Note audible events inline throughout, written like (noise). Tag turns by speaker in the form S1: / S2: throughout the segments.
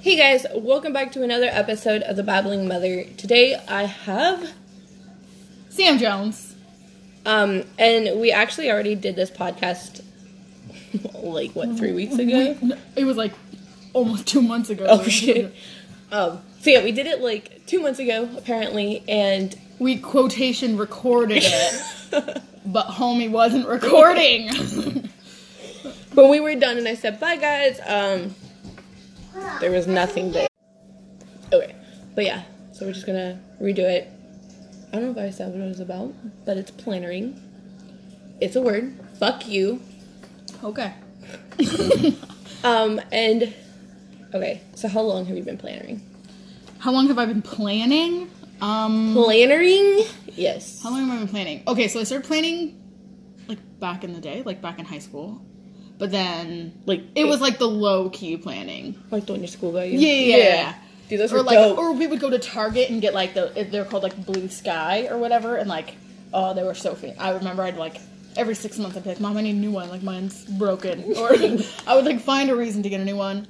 S1: Hey guys, welcome back to another episode of The Babbling Mother. Today I have
S2: Sam Jones.
S1: um and we actually already did this podcast (laughs) like what 3 weeks ago.
S2: (laughs) It was like almost two months ago.
S1: Oh shit. Um so yeah, we did it like 2 months ago apparently and (laughs)
S2: We quotation recorded it, but homie wasn't recording.
S1: when we were done and I said bye guys, um there was nothing there. Okay. But yeah, so we're just going to redo it. I don't know if I said what it was about, but it's plannering. It's a word. Fuck you.
S2: okay. (laughs)
S1: Um, and okay, so how long have you been plannering?
S2: How long have I been planning? Um,
S1: Plannering? Yes.
S2: how long have I been planning? Okay, so I started planning like back in the day, like back in high school. But then
S1: Like
S2: it was like the low key planning.
S1: like doing your school value.
S2: Yeah, yeah, yeah, yeah.
S1: Dude, those
S2: or
S1: were
S2: like,
S1: dope.
S2: or we would go to Target and get like the they're called like Blue Sky or whatever, and like, oh, they were so fan. I remember I'd like every six months I'd be like, Mom, I need a new one. Like
S1: (laughs)
S2: mine's broken, or I would like find a reason to get a new one.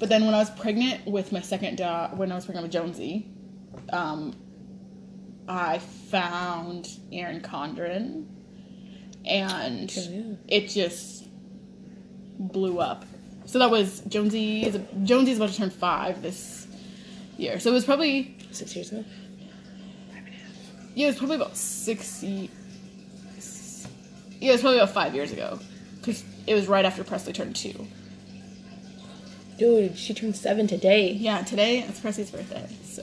S2: But then when I was pregnant with my second dog, when I was pregnant with Jonesy, um, I found Erin Condren, and
S1: Oh,
S2: it just blew up. So that was Jonesy. Is Jonesy's about to turn five this year, so it was probably
S1: Six years ago.
S2: yeah, it was probably about six. ye- s- Yeah, it was probably about five years ago, because it was right after Presley turned two.
S1: Dude, she turned seven today.
S2: Yeah, today it's Presley's birthday, so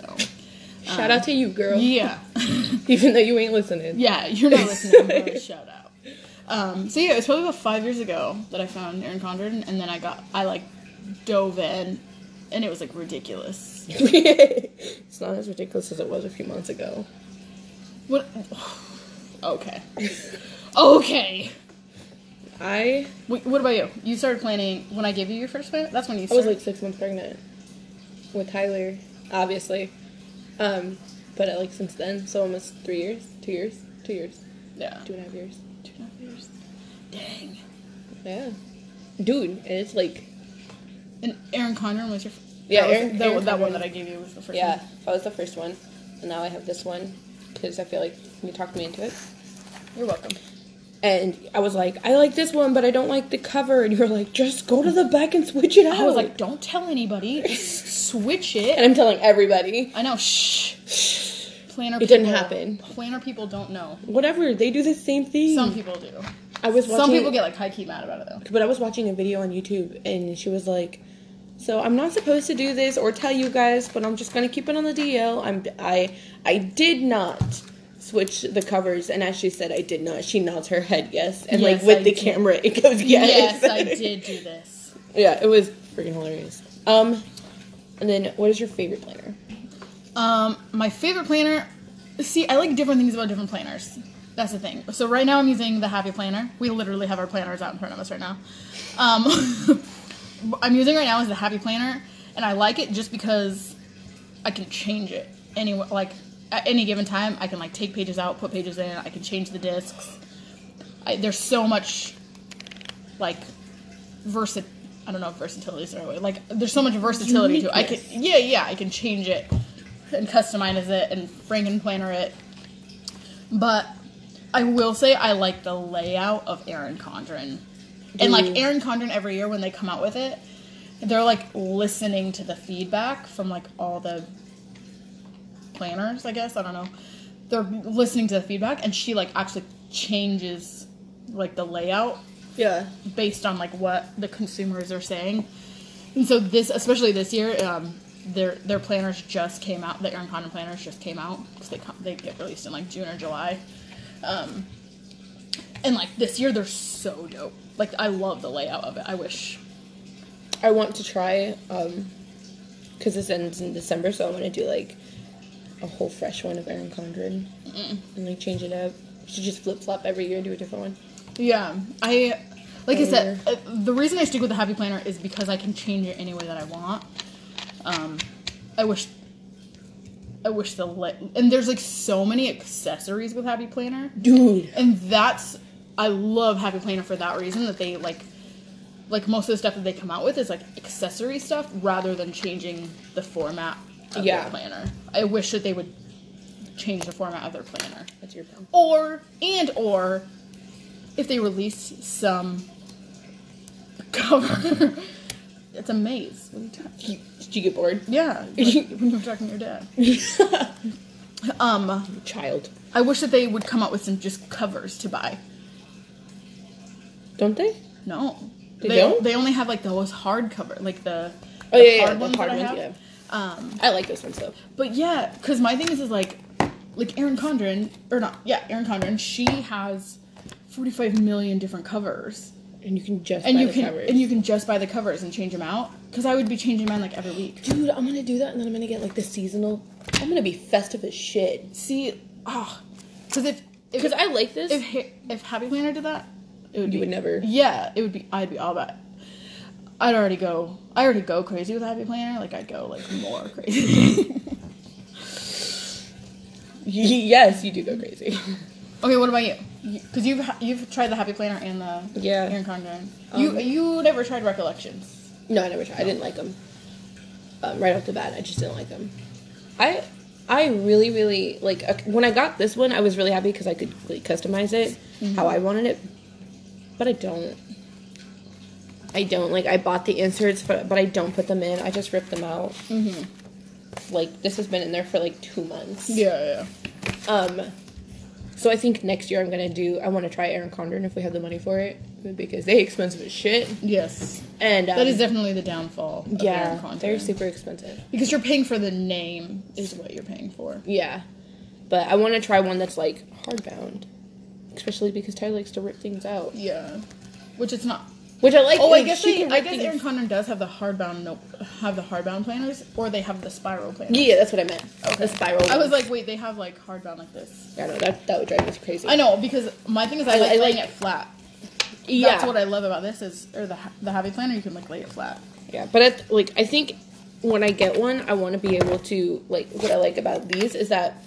S1: Shout out to you, girl.
S2: yeah,
S1: (laughs) Even though you ain't listening.
S2: (laughs) yeah, you're not listening. but shout out. Um, so yeah, it was probably about five years ago that I found Erin Condren, and then I got I like dove in, and it was like ridiculous.
S1: (laughs) it's not as ridiculous as it was a few months ago.
S2: What? (sighs) (laughs) Okay. Okay.
S1: I
S2: Wait, what about you? You started planning when I gave you your first plan. That's when
S1: I
S2: you
S1: was
S2: started.
S1: like six months pregnant with Tyler, obviously. Um, but uh, like since then, so almost three years, two years, two years,
S2: yeah.
S1: two and a half years.
S2: Two and a half years. Dang.
S1: Yeah. Dude, and it's like
S2: And Aaron Condren was your.
S1: Yeah,
S2: that was-
S1: Erin-
S2: that,
S1: Erin
S2: that
S1: Condren.
S2: one that I gave you was the first.
S1: Yeah,
S2: One.
S1: that was the first one, and now I have this one because I feel like you talked me into it.
S2: You're welcome.
S1: And I was like, I like this one, but I don't like the cover. And you were like, just go to the back and switch it out.
S2: I was like, don't tell
S1: (laughs)
S2: anybody. Just switch
S1: and
S2: it.
S1: I'm telling everybody,
S2: I know. Shh. Planner.
S1: It didn't
S2: people-
S1: happen.
S2: Planner people don't know.
S1: whatever. They do the same thing.
S2: Some people do.
S1: I was Hmm. watching,
S2: Some people get like high key mad about it though.
S1: but I was watching a video on YouTube, and she was like. So I'm not supposed to do this or tell you guys, but I'm just gonna keep it on the DL. I'm I I did not switch the covers, and as she said, I did not. She nods her head yes, and like
S2: Yes,
S1: with
S2: I
S1: the
S2: did.
S1: camera, it goes yes. (laughs)
S2: yes I did do this.
S1: Yeah, it was freaking hilarious. Um, and then what is your favorite planner?
S2: Um, my favorite planner. See, I like different things about different planners. That's the thing. So right now I'm using the Happy Planner. We literally have our planners out in front of us right now. Um, what (laughs) I'm using right now is the Happy Planner, and I like it just because I can change it any like at any given time. I can like take pages out, put pages in. I can change the discs. I, there's so much like versi I don't know if versatility is the right word. Like there's so much versatility to it. I can yeah, yeah, I can change it and customize it and Franken planner it. But I will say I like the layout of Erin Condren. And like Erin Condren every year when they come out with it, they're like listening to the feedback from like all the planners, I guess. I don't know. They're listening to the feedback and she like actually changes like the layout
S1: Yeah,
S2: based on like what the consumers are saying. And so this, especially this year, um, their their planners just came out. The Erin Condon planners just came out because they come, they get released in like June or July. Um, and like this year, they're so dope. Like I love the layout of it. I wish.
S1: I want to try um, because this ends in December, so I want to do like a whole fresh one of Erin Condren and like change it up. Should just flip flop every year, do a different one.
S2: Yeah, I like I said, uh, the reason I stick with the Happy Planner is because I can change it any way that I want. Um, I wish, I wish the li- and there's like so many accessories with Happy Planner.
S1: Dude,
S2: and that's I love Happy Planner for that reason that they like like most of the stuff that they come out with is like accessory stuff rather than changing the format of
S1: Yeah.
S2: their planner. I wish that they would change the format of their planner.
S1: That's your problem.
S2: Or and or if they release some (laughs) cover. it's a maze. What are you talking-
S1: Did you, did you get bored?
S2: Yeah. like when you were talking to your dad. Um
S1: Child.
S2: I wish that they would come out with some just covers to buy.
S1: Don't they?
S2: No.
S1: They don't?
S2: They only have like those hard cover, like the,
S1: Oh, yeah, yeah, the hard
S2: that I
S1: ones,
S2: have. Um,
S1: I like those ones though.
S2: but yeah, because my thing is is like, like Erin Condren or not? Yeah, Erin Condren. She has forty five million different covers,
S1: And you can just
S2: and
S1: buy
S2: you
S1: the
S2: can
S1: covers.
S2: and you can just buy the covers and change them out. Because I would be changing mine like every week.
S1: Dude, I'm gonna do that and then I'm gonna get like the seasonal. I'm gonna be festive as shit.
S2: See, ah, because if if
S1: Because I like this.
S2: if Ha- if Happy Planner did that, it would
S1: You
S2: be,
S1: would never-
S2: Yeah, it would be. I'd be all about. it. I'd already go. I already go crazy with Happy Planner. Like I'd go like more
S1: (laughs)
S2: crazy.
S1: yes, you do go crazy. (laughs)
S2: okay, what about you? Because you've ha- you've tried the Happy Planner and the
S1: Yeah.
S2: Erin Condren. you you never tried Recollections.
S1: No, I never tried. I didn't like them. Um, right off the bat, I just didn't like them. I I really really like uh, when I got this one. I was really happy because I could like, customize it
S2: Mm-hmm.
S1: how I wanted it. But I don't. I don't like. I bought the inserts, but but I don't put them in. I just rip them out. Mm-hmm. Like this has been in there for like two months.
S2: Mm-hmm. Yeah,
S1: Um, so I think next year I'm gonna do. I want to try Erin Condren if we have the money for it because they expensive as shit.
S2: Yes,
S1: And um,
S2: that is definitely the downfall. Of Erin
S1: yeah,
S2: Condren.
S1: they're super expensive.
S2: because you're paying for the name is what you're paying for.
S1: Yeah, but I want to try one that's like hardbound, especially because Tyler likes to rip things out,
S2: Yeah, which it's not.
S1: which I like.
S2: Oh, I
S1: like,
S2: guess
S1: she
S2: they,
S1: can
S2: I
S1: rip
S2: guess
S1: things-
S2: Erin Condren does have the hardbound nope, have the hardbound planners, or they have the spiral planners.
S1: Yeah, that's what I meant. The spiral.
S2: I was
S1: ones.
S2: like, wait, they have like hardbound like this.
S1: I know that that would drive us crazy.
S2: I know because my thing is I,
S1: I-
S2: like
S1: I
S2: laying
S1: like-
S2: it flat.
S1: Yeah,
S2: That's what I love about this is or the ha- the happy planner you can like lay it flat.
S1: Yeah, but I th- like I think when I get one, I want to be able to like what I like about these is that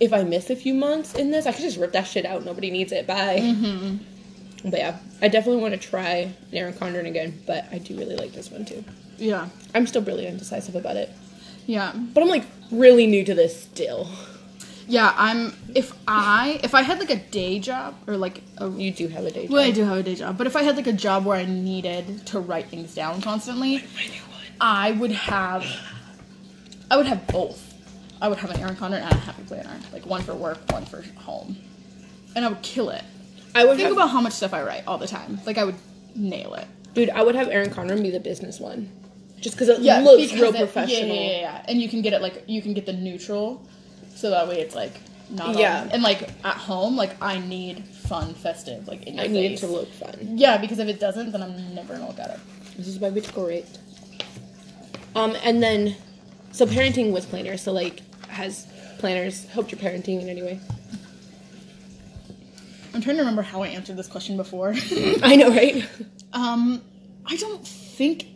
S1: if I miss a few months in this, I could just rip that shit out. Nobody needs it. Bye.
S2: Mm-hmm.
S1: But yeah, I definitely want to try an Erin Condren again, but I do really like this one too.
S2: Yeah.
S1: I'm still really indecisive about it,
S2: Yeah.
S1: but I'm like really new to this still.
S2: Yeah, I'm if I if I had like a day job or like a
S1: You do have a day job.
S2: well, I do have a day job, but if I had like a job where I needed to write things down constantly, I would have I would have both. I would have an Erin Condren and a Happy Planner, like one for work, one for home, and I would kill it.
S1: I would
S2: Think
S1: have,
S2: about how much stuff I write all the time. Like I would nail it.
S1: dude. I would have Erin Condren be the business one, just because it
S2: Yeah,
S1: looks real
S2: because it-
S1: professional.
S2: Yeah, yeah, yeah, yeah. And you can get it like you can get the neutral, so that way it's like not.
S1: Yeah.
S2: all- and like at home, like I need fun, festive, like in your
S1: I need it
S2: face.
S1: to look fun.
S2: Yeah, because if it doesn't, then I'm never gonna look at it.
S1: This is why we decorate. Um, and then, so parenting with planners. So like, has planners helped your parenting in any way? (laughs)
S2: I'm trying to remember how I answered this question before. (laughs)
S1: I know, right?
S2: um, I don't think.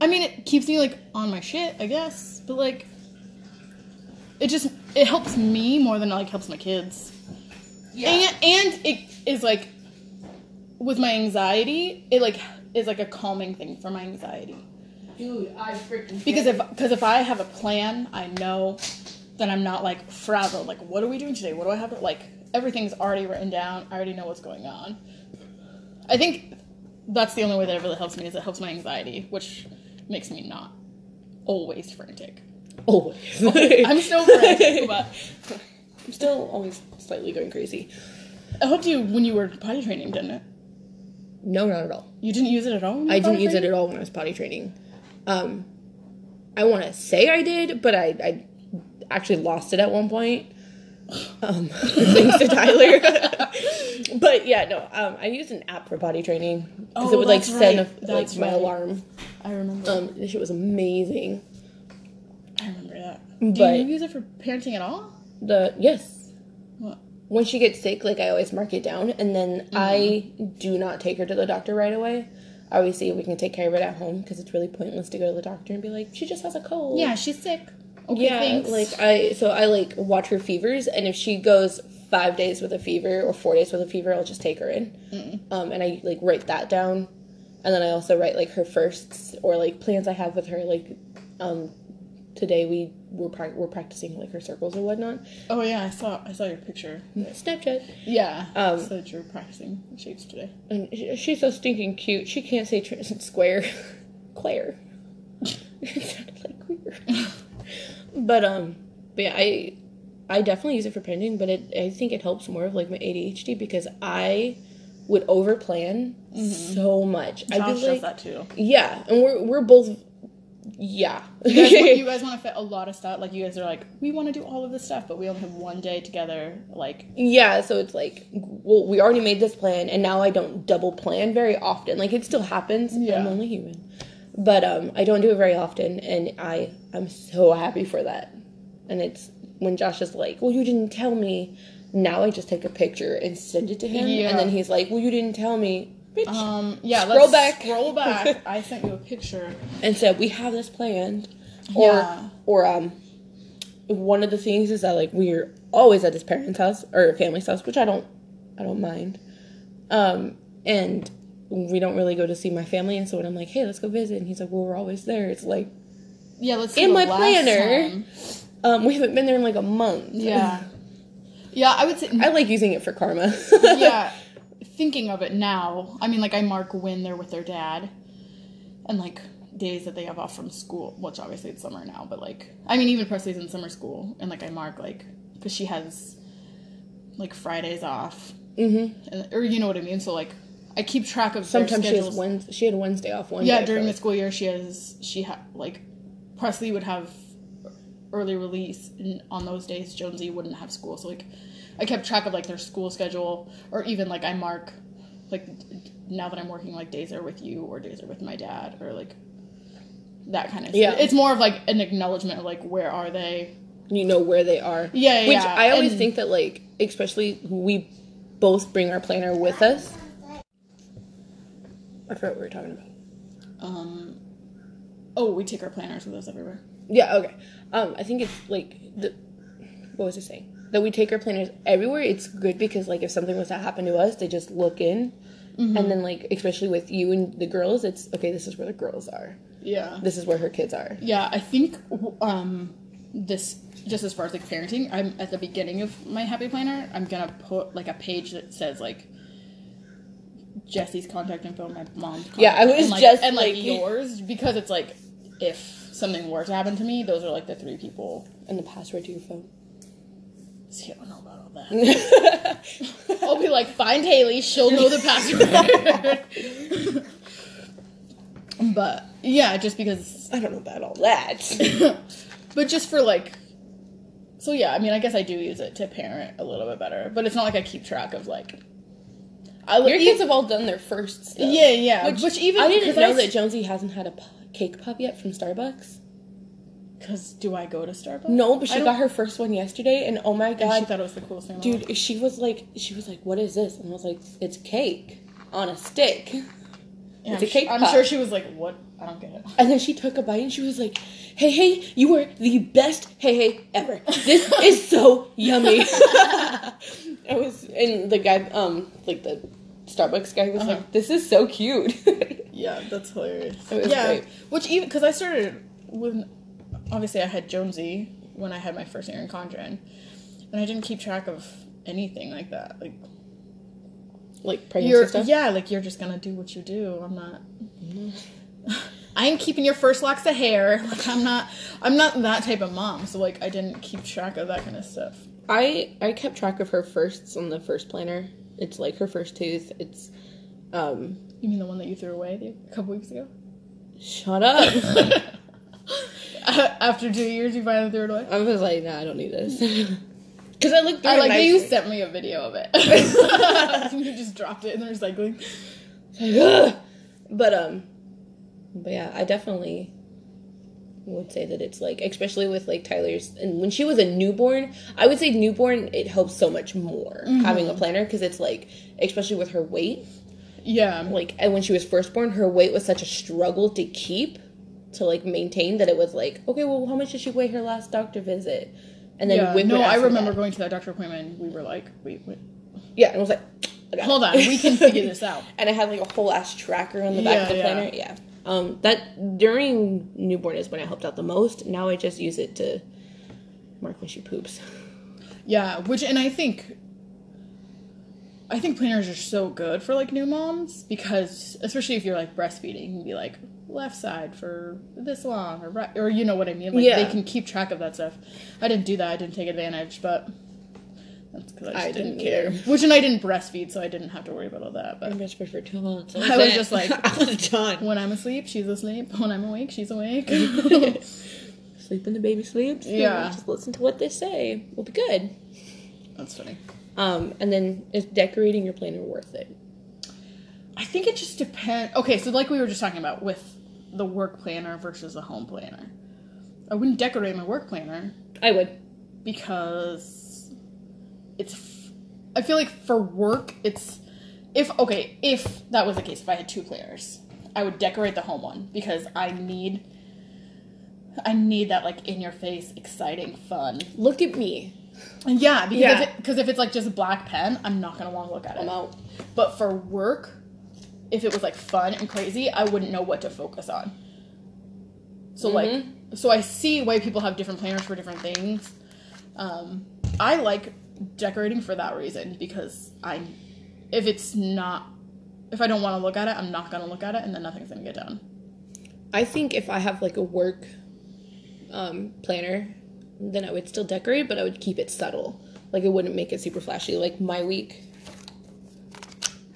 S2: I mean, it keeps me like on my shit, I guess, but like, it just it helps me more than it like helps my kids. And, and it is like with my anxiety, it like is like a calming thing for my anxiety.
S3: Dude, I freaking
S2: Because if because if I have a plan, I know that I'm not like frazzled. Like, what are we doing today? What do I have to like? Everything's already written down. I already know what's going on. I think that's the only way that it really helps me is it helps my anxiety, which makes me not always frantic. (laughs)
S1: Always.
S2: Oh, I'm still frantic, but
S1: (laughs) I'm still always slightly going crazy.
S2: I helped you when you were potty training, didn't it?
S1: No, not at all.
S2: You didn't use it at all. when you
S1: I
S2: were
S1: didn't
S2: potty
S1: use
S2: training?
S1: it at all when I was potty training. Um, I want to say I did, but I, I actually lost it at one point. Um, (laughs) thanks to Tyler. (laughs) but yeah, no, um, I used an app for potty training because
S2: Oh,
S1: it would like
S2: that's
S1: send
S2: right.
S1: a, like
S2: That's
S1: my
S2: right.
S1: alarm.
S2: I remember.
S1: Um, this shit was amazing.
S2: I remember that.
S1: Um, But-
S2: Do you use it for parenting at all?
S1: The yes,
S2: What?
S1: when she gets sick, like I always mark it down, and then
S2: Mm-hmm.
S1: I do not take her to the doctor right away. I always see if we can take care of it at home because it's really pointless to go to the doctor and be like, she just has a cold.
S2: Yeah, she's sick. Okay,
S1: yeah.
S2: thanks.
S1: Like I, so I like watch her fevers, and if she goes five days with a fever or four days with a fever, I'll just take her in. Um, and I like write that down. and then I also write like her firsts or like plans I have with her. Like um, today we were prac we're practicing like her circles and whatnot.
S2: Oh yeah, I saw I saw your picture.
S1: Snapchat.
S2: Yeah.
S1: Um,
S2: so that you were practicing shapes today.
S1: And sh- she's so stinking cute. She can't say tr- square. (laughs) Claire. (laughs) it sounded like queer. (laughs) but um, but yeah, I I definitely use it for pending, but it I think it helps more of like my ADHD because I would over plan so much.
S2: Mm-hmm. Josh
S1: I
S2: does that too.
S1: yeah, and we're we're both yeah.
S2: (laughs) You guys, want- you guys want to fit a lot of stuff. Like you guys are like, we want to do all of this stuff, but we only have one day together. Like
S1: Yeah, so it's like, well, we already made this plan, and now I don't double plan very often. Like it still happens.
S2: Yeah.
S1: I'm only human, but um, I don't do it very often, and I I'm so happy for that. And it's when Josh is like, "Well, you didn't tell me." Now I just take a picture and send it to him,
S2: Yeah.
S1: and then he's like, "Well, you didn't tell me." Bitch.
S2: Um, yeah,
S1: Scroll
S2: let's
S1: back.
S2: Scroll (laughs) back. I sent you a picture.
S1: and said we have this planned or
S2: Yeah.
S1: or um one of the things is that like we're always at his parents house or family's house which i don't i don't mind um and we don't really go to see my family and so when i'm like hey let's go visit and he's like well we're always there it's like
S2: Yeah, let's see
S1: In
S2: the
S1: my
S2: last
S1: planner.
S2: time.
S1: um we haven't been there in like a month
S2: Yeah, (laughs) yeah, I would say.
S1: (laughs) i like using it for karma (laughs)
S2: yeah, (laughs) thinking of it now, I mean, like I mark when they're with their dad, and like days that they have off from school. Which obviously it's summer now, but like I mean, even Presley's in summer school, and like I mark like because she has like Fridays off, mm-hmm. and, or you know what I mean. So like I keep track of their
S1: sometimes she has
S2: schedules.
S1: wednesday she had wednesday off one
S2: yeah
S1: day
S2: during
S1: for,
S2: the school year she has she ha- like presley would have early release and on those days jonesy wouldn't have school so like i kept track of like their school schedule or even like i mark like d- now that i'm working like days are with you or days are with my dad or like that kind of
S1: Yeah.
S2: it's more of like an acknowledgement of like where are they
S1: you know where they are.
S2: Yeah, yeah,
S1: Which
S2: yeah.
S1: I always
S2: And-
S1: think that like, especially we both bring our planner with us. I forgot what we were talking about.
S2: um oh we take our planners with us everywhere
S1: Yeah, okay. Um, I think it's like the what was I saying? That we take our planners everywhere. It's good because like if something was to happen to us, they just look in.
S2: Mm-hmm.
S1: And then like especially with you and the girls, it's okay, this is where the girls are.
S2: yeah
S1: This is where her kids are.
S2: Yeah, I think um, this just as far as like parenting, I'm at the beginning of my happy planner. I'm gonna put like a page that says like Jesse's contact info, my mom's. Contact,
S1: Yeah, I was
S2: and, like,
S1: just
S2: and like,
S1: like-
S2: yours because it's like if something were to happen to me, those are like the three people.
S1: And the password to your phone. (laughs)
S2: See, I don't know about all that. I'll be like, find Haley. She'll know the
S1: (laughs)
S2: password. (laughs) but yeah, just because
S1: I don't know about all that.
S2: (coughs) but just for like so yeah i mean i guess i do use it to parent a little bit better but it's not like i keep track of like i
S1: Your kids
S2: e-
S1: have all done their first stuff.
S2: yeah yeah
S1: Which,
S2: which, even
S1: I didn't know that
S2: because
S1: Jonesy hasn't had a p- cake pop yet from Starbucks.
S2: because do i go to starbucks
S1: No, but
S2: I
S1: she
S2: don't-
S1: got her first one yesterday, and oh my
S2: and she
S1: god,
S2: thought it was the coolest thing in the world.
S1: dude, she was like, she was like, "What is this?" And I was like, "It's cake on a (laughs) stick."
S2: Yeah,
S1: it's
S2: I'm
S1: a cake
S2: su- i'm
S1: pop.
S2: sure she was like what i don't get it
S1: And then she took a bite and she was like, "Hey, hey, you are the best hey hey ever. This is so yummy." (laughs) I was, and the guy, um, like the Starbucks guy was
S2: Uh-huh.
S1: like, "This is so cute." (laughs)
S2: yeah that's hilarious
S1: It was
S2: yeah
S1: great.
S2: which even because i started when obviously i had jonesy when i had my first aaron condren and i didn't keep track of anything like that like
S1: like pregnancy
S2: you're
S1: stuff.
S2: yeah like you're just gonna do what you do i'm not (laughs) i am keeping your first locks of hair (laughs) like i'm not i'm not that type of mom so like i didn't keep track of that kind of stuff
S1: I I kept track of her firsts on the first planner. It's like her first tooth. It's um
S2: you mean the one that you threw away the- a couple weeks ago (laughs)
S1: shut up. (laughs)
S2: after two years you finally threw it away
S1: I was like, nah, I don't need this. (laughs) Cause I looked through
S2: I
S1: it
S2: like
S1: and
S2: that you
S1: I
S2: sent me a video of it. (laughs) you just dropped it in the recycling.
S1: Ugh. But um but yeah, I definitely would say that it's like especially with like Tyler's and when she was a newborn, I would say newborn it helps so much more having a planner because it's like especially with her weight.
S2: Yeah.
S1: like and when she was first born her weight was such a struggle to keep to like maintain that it was like okay well how much did she weigh her last doctor visit and then
S2: Yeah.
S1: Whip would
S2: No,
S1: ask
S2: I
S1: her
S2: remember
S1: that.
S2: going to that doctor appointment and we were like, wait, wait.
S1: yeah and i was like I got
S2: Hold
S1: it.
S2: on, we can figure this out.
S1: (laughs) and I had like a whole ass tracker on the back of the
S2: Yeah, yeah.
S1: planner. Yeah. Um, that during newborn is when I helped out the most. Now I just use it to mark when she poops.
S2: Yeah, which and I think I think planners are so good for like new moms because especially if you're like breastfeeding, you can be like left side for this long or right or you know what I mean. Like
S1: Yeah.
S2: they can keep track of that stuff. I didn't do that. I didn't take advantage, but that's because I, just
S1: I
S2: didn't,
S1: didn't
S2: care.
S1: either.
S2: Which and I didn't breastfeed, so I didn't have to worry about all that. But
S1: much for two months.
S2: (laughs) I was just like-
S1: (laughs) I was done.
S2: when I'm asleep, she's asleep. (laughs) When I'm awake,
S1: (laughs)
S2: she's awake. (laughs)
S1: Sleep when the baby sleeps.
S2: Yeah.
S1: Just listen to what they say. We'll be good.
S2: that's funny.
S1: Um, and then is decorating your planner worth it?
S2: I think it just depends. Okay, so like we were just talking about with the work planner versus the home planner. I wouldn't decorate my work planner
S1: I would.
S2: because it's. F- I feel like for work, it's if okay if that was the case if I had two planners, I would decorate the home one because I need. I need that like in your face, exciting, fun.
S1: Look at me.
S2: And yeah, because
S1: Yeah.
S2: If, it, 'cause if it's like just black pen, I'm not gonna want to look at it.
S1: I'm out.
S2: But for work, if it was like fun and crazy, I wouldn't know what to focus on. So like, so I see why people have different planners for different things. Um, I like decorating for that reason because I, if it's not, if I don't want to look at it, I'm not gonna look at it, and then nothing's gonna get done.
S1: I think if I have like a work um, planner, then I would still decorate, but I would keep it subtle. Like it wouldn't make it super flashy. Like my week,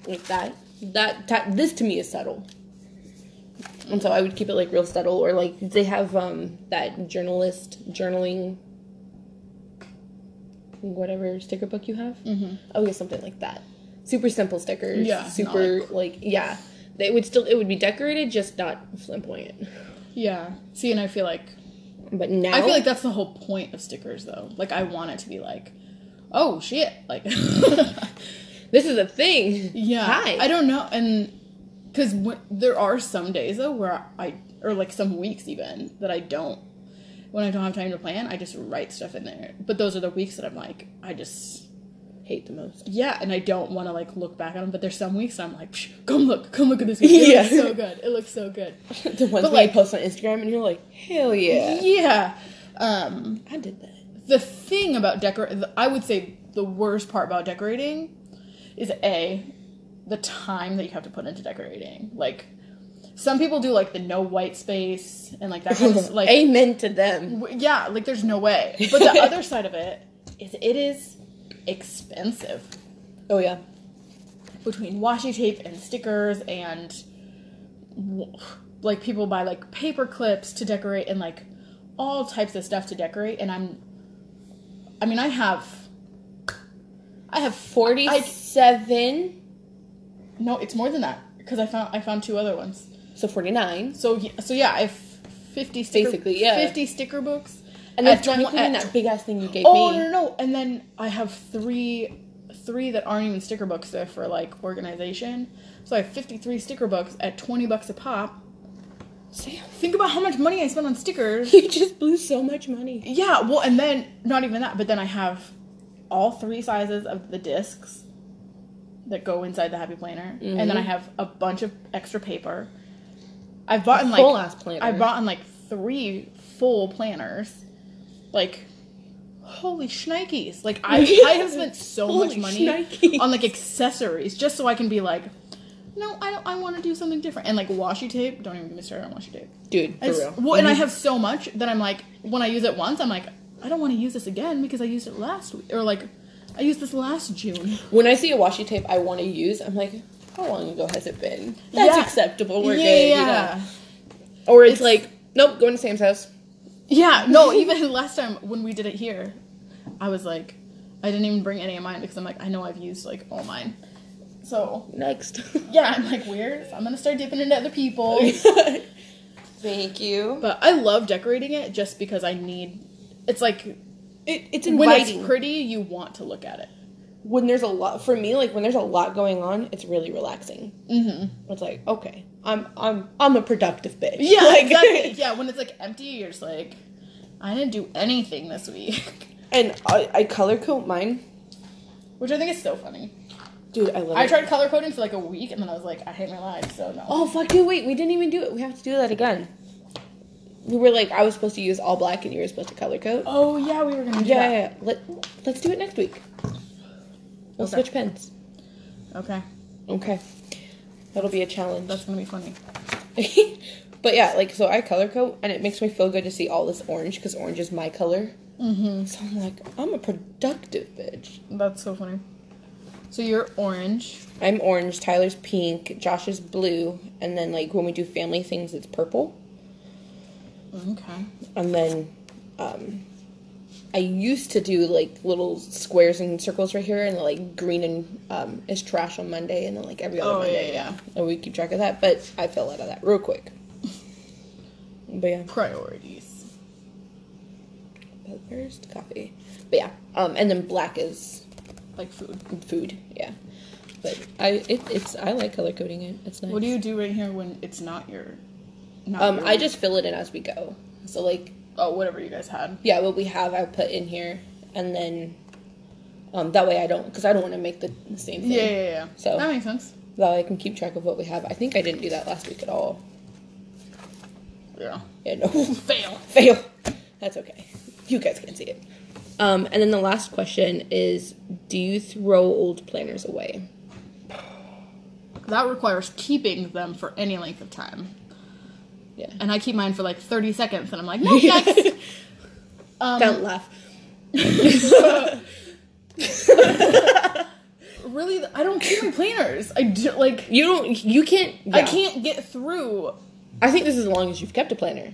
S1: like that. That, that this to me is subtle. And so I would keep it like real subtle, or like they have um, that journalist journaling, whatever sticker book you have. Mm-hmm. Oh yeah, something like that. Super simple stickers.
S2: Yeah, not
S1: Super like yeah. It would still it would be decorated, just not flamboyant.
S2: Yeah. See, and I feel like
S1: But now
S2: I feel like that's the whole point of stickers, though. Like I want it to be like, oh shit, like. (laughs)
S1: this is a thing.
S2: Yeah.
S1: Hi.
S2: I don't know. And because there are some days, though, where I, or like some weeks even, that I don't, when I don't have time to plan, I just write stuff in there. But those are the weeks that I'm like, I just,
S1: hate the most. (laughs)
S2: yeah, and I don't want to like look back on them. But there's some weeks I'm like, Psh, come look, come look at this. Week. It
S1: (laughs)
S2: looks
S1: Yeah.
S2: so good. It looks so good.
S1: the ones
S2: But,
S1: that
S2: like-
S1: you post on Instagram and you're like, hell yeah.
S2: Yeah. Um,
S1: I did (laughs) that.
S2: the thing about decorate i would say the worst part about decorating is a the time that you have to put into decorating like some people do like the no white space and like that
S1: (laughs)
S2: kind of like
S1: Amen to them.
S2: w- yeah like there's no way but the other side of it is it is expensive
S1: Oh yeah.
S2: between washi tape and stickers and w- like people buy like paper clips to decorate and like all types of stuff to decorate and I'm I mean I have I have
S1: Forty seven.
S2: no it's more than that because I found I found two other ones
S1: So forty nine.
S2: so y- so yeah I have 50 sticker,
S1: Basically, yeah.
S2: 50 sticker books
S1: And that's
S2: At
S1: not
S2: tw-
S1: including
S2: at-
S1: that big ass thing you gave
S2: oh
S1: me.
S2: no, no no and then I have three three that aren't even sticker books they're for like organization so I have 53 sticker books at 20 bucks a pop
S1: Sam,
S2: Think about how much money I spent on
S1: (laughs)
S2: stickers.
S1: you just blew so much money.
S2: yeah, well, and then not even that, but then I have all three sizes of the discs that go inside the Happy Planner, and then
S1: Mm-hmm.
S2: I have a bunch of extra paper. I've bought in like
S1: full ass planner.
S2: I bought in like three full planners, like. Holy shnikes! Like
S1: (laughs)
S2: I, I have spent so much
S1: Holy
S2: money
S1: shnikes.
S2: on like accessories just so I can be like, no, I don't. I want to do something different. And like washi tape. Don't even get me started on washi tape.
S1: Dude, for
S2: I just-
S1: real.
S2: Well, and I have so much that I'm like, when I use it once, I'm like, I don't want to use this again because I used it last week, or like, I used this last June.
S1: When I see a washi tape I want to use, I'm like, how long ago has it been? That's
S2: Yeah.
S1: acceptable. We're
S2: yeah,
S1: good. you know?
S2: yeah,
S1: Or it's,
S2: It's-
S1: like, nope, going to Sam's house.
S2: yeah. No, even (laughs) last time when we did it here, I was like, I didn't even bring any of mine because I'm like, I know I've used like all mine. So
S1: Next.
S2: yeah, I'm like, weird. I'm gonna start dipping into other people.
S1: (laughs) Thank you.
S2: But I love decorating it just because I need. It's like
S1: It, it's
S2: when
S1: inviting.
S2: it's pretty, you want to look at it.
S1: when there's a lot for me like when there's a lot going on it's really relaxing mm-hmm. it's like okay i'm i'm i'm a productive bitch
S2: Yeah,
S1: (laughs) Like,
S2: exactly. Yeah, when it's like empty, you're just like, I didn't do anything this week, (laughs)
S1: and I, I color code mine
S2: which I think is so funny.
S1: Dude, I love
S2: I
S1: it.
S2: tried color coding for like a week and then I was like, I hate my life, so no.
S1: Oh fuck you! Wait, we didn't even do it. We have to do that again. We were like, I was supposed to use all black, and you were supposed to color code.
S2: Oh, yeah, we were gonna do
S1: yeah, yeah,
S2: that.
S1: yeah. Let Let's do it next week. We'll
S2: Okay.
S1: switch pens.
S2: Okay,
S1: Okay, that'll be a challenge.
S2: that's gonna be funny.
S1: (laughs) but yeah, like so, I color code, and it makes me feel good to see all this orange because orange is my color. Mm-hmm. So I'm like, I'm a productive bitch.
S2: That's so funny. So you're orange.
S1: I'm orange. Tyler's pink. Josh is blue, and then like when we do family things, it's purple.
S2: Okay.
S1: and then um, I used to do like little squares and circles right here, and like green and um, is trash on Monday, and then like every other
S2: Oh, yeah,
S1: Monday,
S2: yeah.
S1: and we keep track of that. But I fell out of that real quick. (laughs) But yeah,
S2: Priorities.
S1: but where's the coffee? But yeah, um, and then black is
S2: Like food.
S1: food. Yeah, but I it, it's I like color coding it. It's nice.
S2: What do you do right here when it's not your not
S1: Um,
S2: your-
S1: I just fill it in as we go. So like
S2: Oh, whatever you guys had.
S1: yeah, what we have I put in here, and then um, that way I don't because I don't want to make the, the same thing.
S2: Yeah, yeah, yeah.
S1: So-
S2: that makes sense.
S1: That way I can keep track of what we have. I think I didn't do that last week at all.
S2: Yeah.
S1: Yeah, no, (laughs)
S2: Fail.
S1: fail. That's okay. You guys can see it. Um, and then the last question is: Do you throw old planners away?
S2: That requires keeping them for any length of time.
S1: Yeah.
S2: And I keep mine for like 30 seconds and
S1: (laughs)
S2: I'm like, no, next. Um,
S1: Don't laugh.
S2: really, I don't keep my planners. I do,
S1: (laughs)
S2: like,
S1: You don't. You can't.
S2: I
S1: yeah.
S2: can't get through.
S1: I think this is as long as you've kept a planner.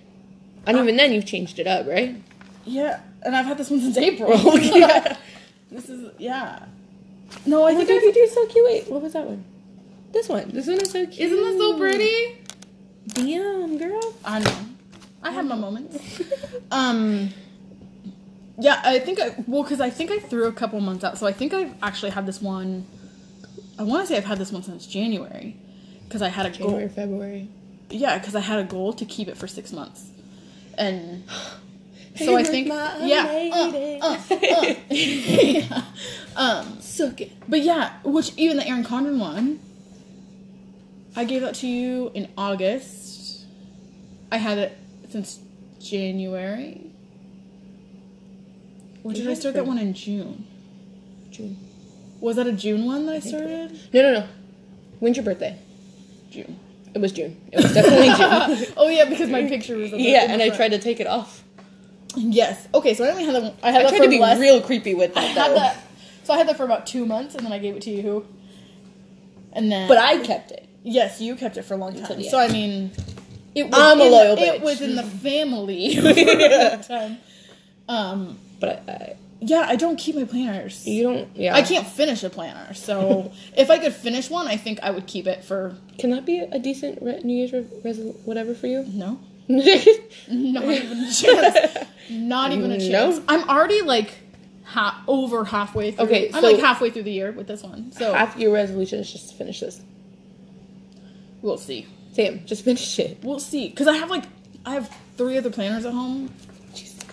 S1: And even then, you've changed it up, (laughs) right?
S2: Yeah, and I've had this one since April.
S1: (laughs) Oh, yeah.
S2: (laughs) This is, yeah. No, I
S1: What
S2: think
S1: did
S2: I
S1: Oh you do? So cute. Wait, what was that one? This one. This one is so cute.
S2: Isn't this so pretty?
S1: Damn, (laughs) girl.
S2: I know. I had my moments. Um, yeah, I think I well, because I think I threw a couple months out, so I think I've actually had this one. I want to say I've had this one since January, because I had a
S1: January,
S2: goal.
S1: February.
S2: Yeah, because I had a goal to keep it for six months, and so I think yeah, uh, uh,
S1: (laughs)
S2: uh. (laughs) yeah. Um,
S1: Suck it.
S2: but yeah, which even the Aaron Condon one, I gave that to you in August. I had it since January. Or
S1: You
S2: did I
S1: had it
S2: start
S1: for-
S2: that one in June?
S1: June.
S2: Was that a June one that I started?
S1: No, no, no. When's your birthday?
S2: June.
S1: It was June. It was (laughs) definitely June.
S2: oh yeah, because my picture was. up there in
S1: yeah,
S2: the
S1: and I
S2: front.
S1: tried to take it off.
S2: Yes. Okay, so I only had that. One. I had
S1: I
S2: that
S1: tried
S2: for
S1: to be
S2: less.
S1: real creepy with that.
S2: I had
S1: though.
S2: that. So I had that for about two months, and then I gave it to you. And then,
S1: but I kept it.
S2: yes, you kept it for a long
S1: Until
S2: time.
S1: the
S2: So I mean, it was
S1: I'm a
S2: in the-
S1: loyal bitch.
S2: It
S1: (laughs)
S2: was in the family. (laughs) for a long time. Um.
S1: But I, I,
S2: Yeah, I don't keep my planners.
S1: you don't. Yeah,
S2: I can't finish a
S1: (laughs)
S2: planner, so if I could finish one, I think I would keep it for
S1: Can that be a decent re- New Year's re- resol- whatever for you?
S2: no, (laughs)
S1: (laughs) Not
S2: not even a chance, not even a
S1: No.
S2: chance. I'm already like ha- over halfway through.
S1: Okay,
S2: I'm
S1: so-
S2: like halfway through the year with this one, so
S1: Half your resolution is just to finish this.
S2: we'll see.
S1: Sam, just finish it.
S2: We'll see. Because I have like, I have three other planners at home.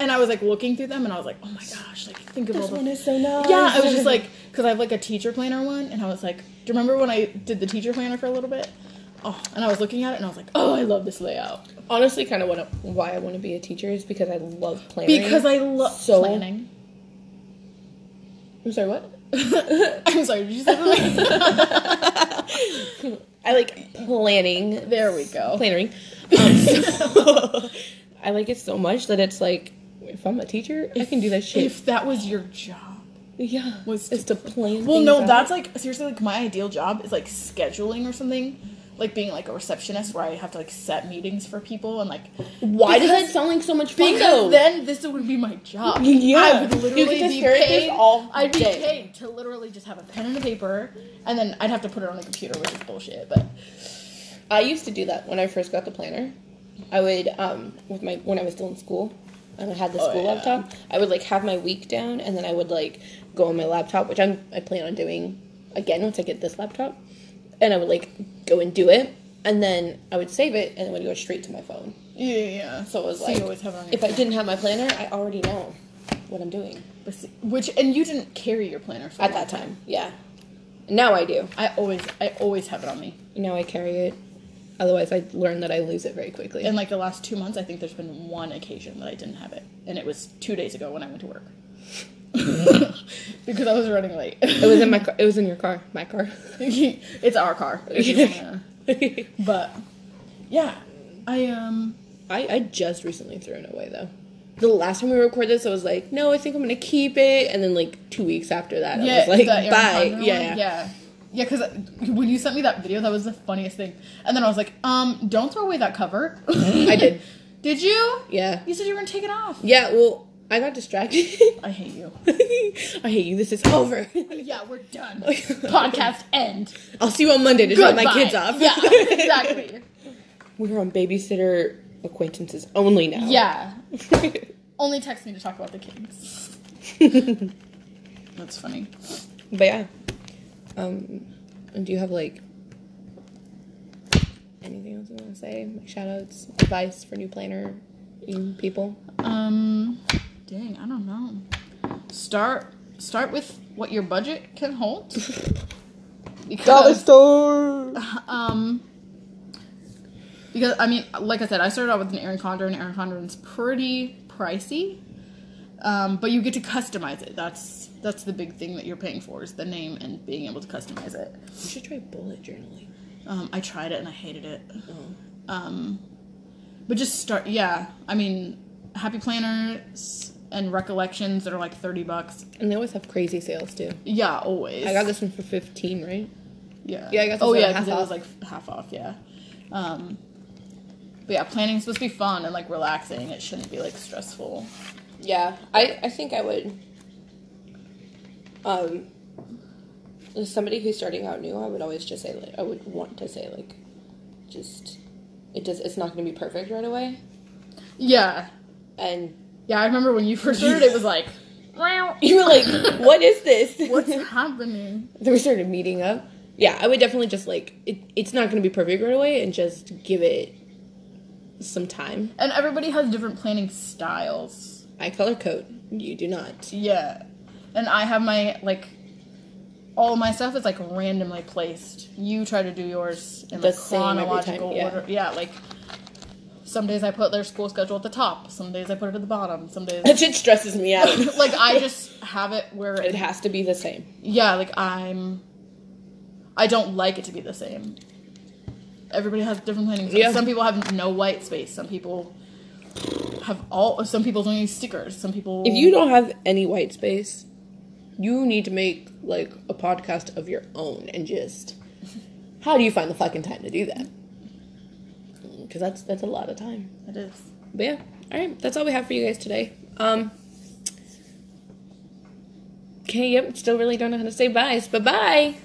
S2: And I was like looking through them and I was like, oh my gosh, like think of all the.
S1: is so nice.
S2: Yeah, I (laughs) was just like, because I have like a teacher planner one and I was like, do you remember when I did the teacher planner for a little bit? Oh, and I was looking at it and I was like, oh, I love this layout.
S1: honestly, kind of what why I want to be a teacher is because I love planning.
S2: Because I love
S1: So-
S2: planning. (laughs)
S1: I'm sorry, what?
S2: I'm sorry, did (laughs) you say planning?
S1: I like planning.
S2: there we go.
S1: Plannering.
S2: (laughs)
S1: Um, so- I like it so much that it's like, if I'm a teacher, I can do that shit.
S2: If that was your job.
S1: yeah.
S2: was
S1: is to plan.
S2: Well,
S1: things
S2: no,
S1: out.
S2: that's like seriously like my ideal job is like scheduling or something, like being like a receptionist where I have to like set meetings for people and like
S1: why does
S2: because-
S1: that sound like so much fun
S2: because
S1: though?
S2: then this would be my job.
S1: (laughs) Yeah.
S2: I would literally
S1: You could just
S2: be
S1: carry this
S2: paid.
S1: all
S2: I'd be
S1: day.
S2: paid to literally just have a pen and a paper, and then I'd have to put it on the computer, which is bullshit. But
S1: I used to do that when I first got the planner. I would um with my when I was still in school and I had the
S2: Oh,
S1: school
S2: yeah.
S1: laptop. I would like have my week down and then I would like go on my laptop, which I'm I plan on doing again once I get this laptop. And I would like go and do it and then I would save it and it would go straight to my phone.
S2: yeah, yeah, yeah.
S1: So it was
S2: So you
S1: like
S2: always have it on your
S1: if I
S2: phone.
S1: didn't have my planner, I already know what I'm doing
S2: But see- which and you didn't carry your planner for a
S1: at
S2: long
S1: that time. Yeah. Now I do.
S2: I always, I always have it on me.
S1: Now I carry it. Otherwise, I learn that I lose it very quickly.
S2: In like the last two months, I think there's been one occasion that I didn't have it, and it was two days ago when I went to work (laughs) because I was running late. (laughs)
S1: it was in my. Car, it was in your car. My car. (laughs)
S2: it's our car, It's just, uh,
S1: I,
S2: but yeah, I um,
S1: I just recently threw it away though. The last time we recorded this, I was like, no, I think I'm gonna keep it. And then like two weeks after that, I
S2: yeah,
S1: was like,
S2: the Erin
S1: bye.
S2: Condren one,
S1: Yeah, yeah.
S2: yeah. Yeah, because when you sent me that video, that was the funniest thing. And then I was like, um, don't throw away that cover.
S1: (laughs) I did.
S2: Did you?
S1: Yeah.
S2: You said you were gonna take it off.
S1: Yeah. Well, I got distracted. (laughs)
S2: I hate you.
S1: I hate you. This is over.
S2: Yeah, we're
S1: (laughs)
S2: done. Podcast end.
S1: I'll see you on Monday to drop
S2: Good.
S1: my kids off. (laughs)
S2: Yeah, exactly.
S1: We're on babysitter acquaintances only now.
S2: Yeah.
S1: (laughs)
S2: Only text me to talk about the kids. That's funny.
S1: But yeah. Um, and do you have like anything else you want to say? Like shout outs, advice for new planner mm, people?
S2: Um, dang, I don't know. Start start with what your budget
S1: (laughs)
S2: can hold.
S1: Um,
S2: Because
S1: store!
S2: um, because I mean, like I said, I started out with an Erin Condren. Erin Condren's pretty pricey, um, but you get to customize it. That's that's the big thing that you're paying for is the name and being able to customize it.
S1: You should try bullet journaling.
S2: Um, I tried it and I hated it. Um, but just start, yeah. I mean, happy planners and recollections that are like thirty bucks.
S1: And they always have crazy sales too.
S2: Yeah, always.
S1: I got this one for 15, right?
S2: Yeah.
S1: yeah, I got this
S2: Oh
S1: one
S2: yeah,
S1: half
S2: because it
S1: off.
S2: was like half off. Yeah. Um, but yeah, planning is supposed to be fun and like relaxing. It shouldn't be like stressful.
S1: Yeah, I, I think I would. Um, as somebody who's starting out new, I would always just say like I would want to say like, just it does it's not going to be perfect right away,
S2: Yeah.
S1: and
S2: Yeah, I remember when you first started, (laughs) it was like, wow,
S1: you were like, what is this? (laughs)
S2: what's happening?
S1: then we started meeting up. Yeah, I would definitely just like it, it's not going to be perfect right away, and just give it some time.
S2: And everybody has different planning styles.
S1: I color code. You do not. (laughs)
S2: Yeah. And I have my like all my stuff is like randomly placed. You try to do yours in
S1: The
S2: like
S1: same every time,
S2: chronological
S1: yeah.
S2: order. Yeah, like some days I put their school schedule at the top, some days I put it at the bottom, some days
S1: That shit stresses me (laughs) out.
S2: like I just have it where
S1: it
S2: it,
S1: has to be the same.
S2: yeah, like I'm I don't like it to be the same. Everybody has different planning.
S1: Yeah.
S2: Some people have no white space. Some people have all. Some people don't use stickers. Some people.
S1: If you don't have any white space, you need to make like a podcast of your own and just how do you find the fucking time to do that? Because that's that's a lot of time.
S2: it is.
S1: But yeah, all right, that's all we have for you guys today. Um, okay, yep, still really don't know how to say byes, but bye.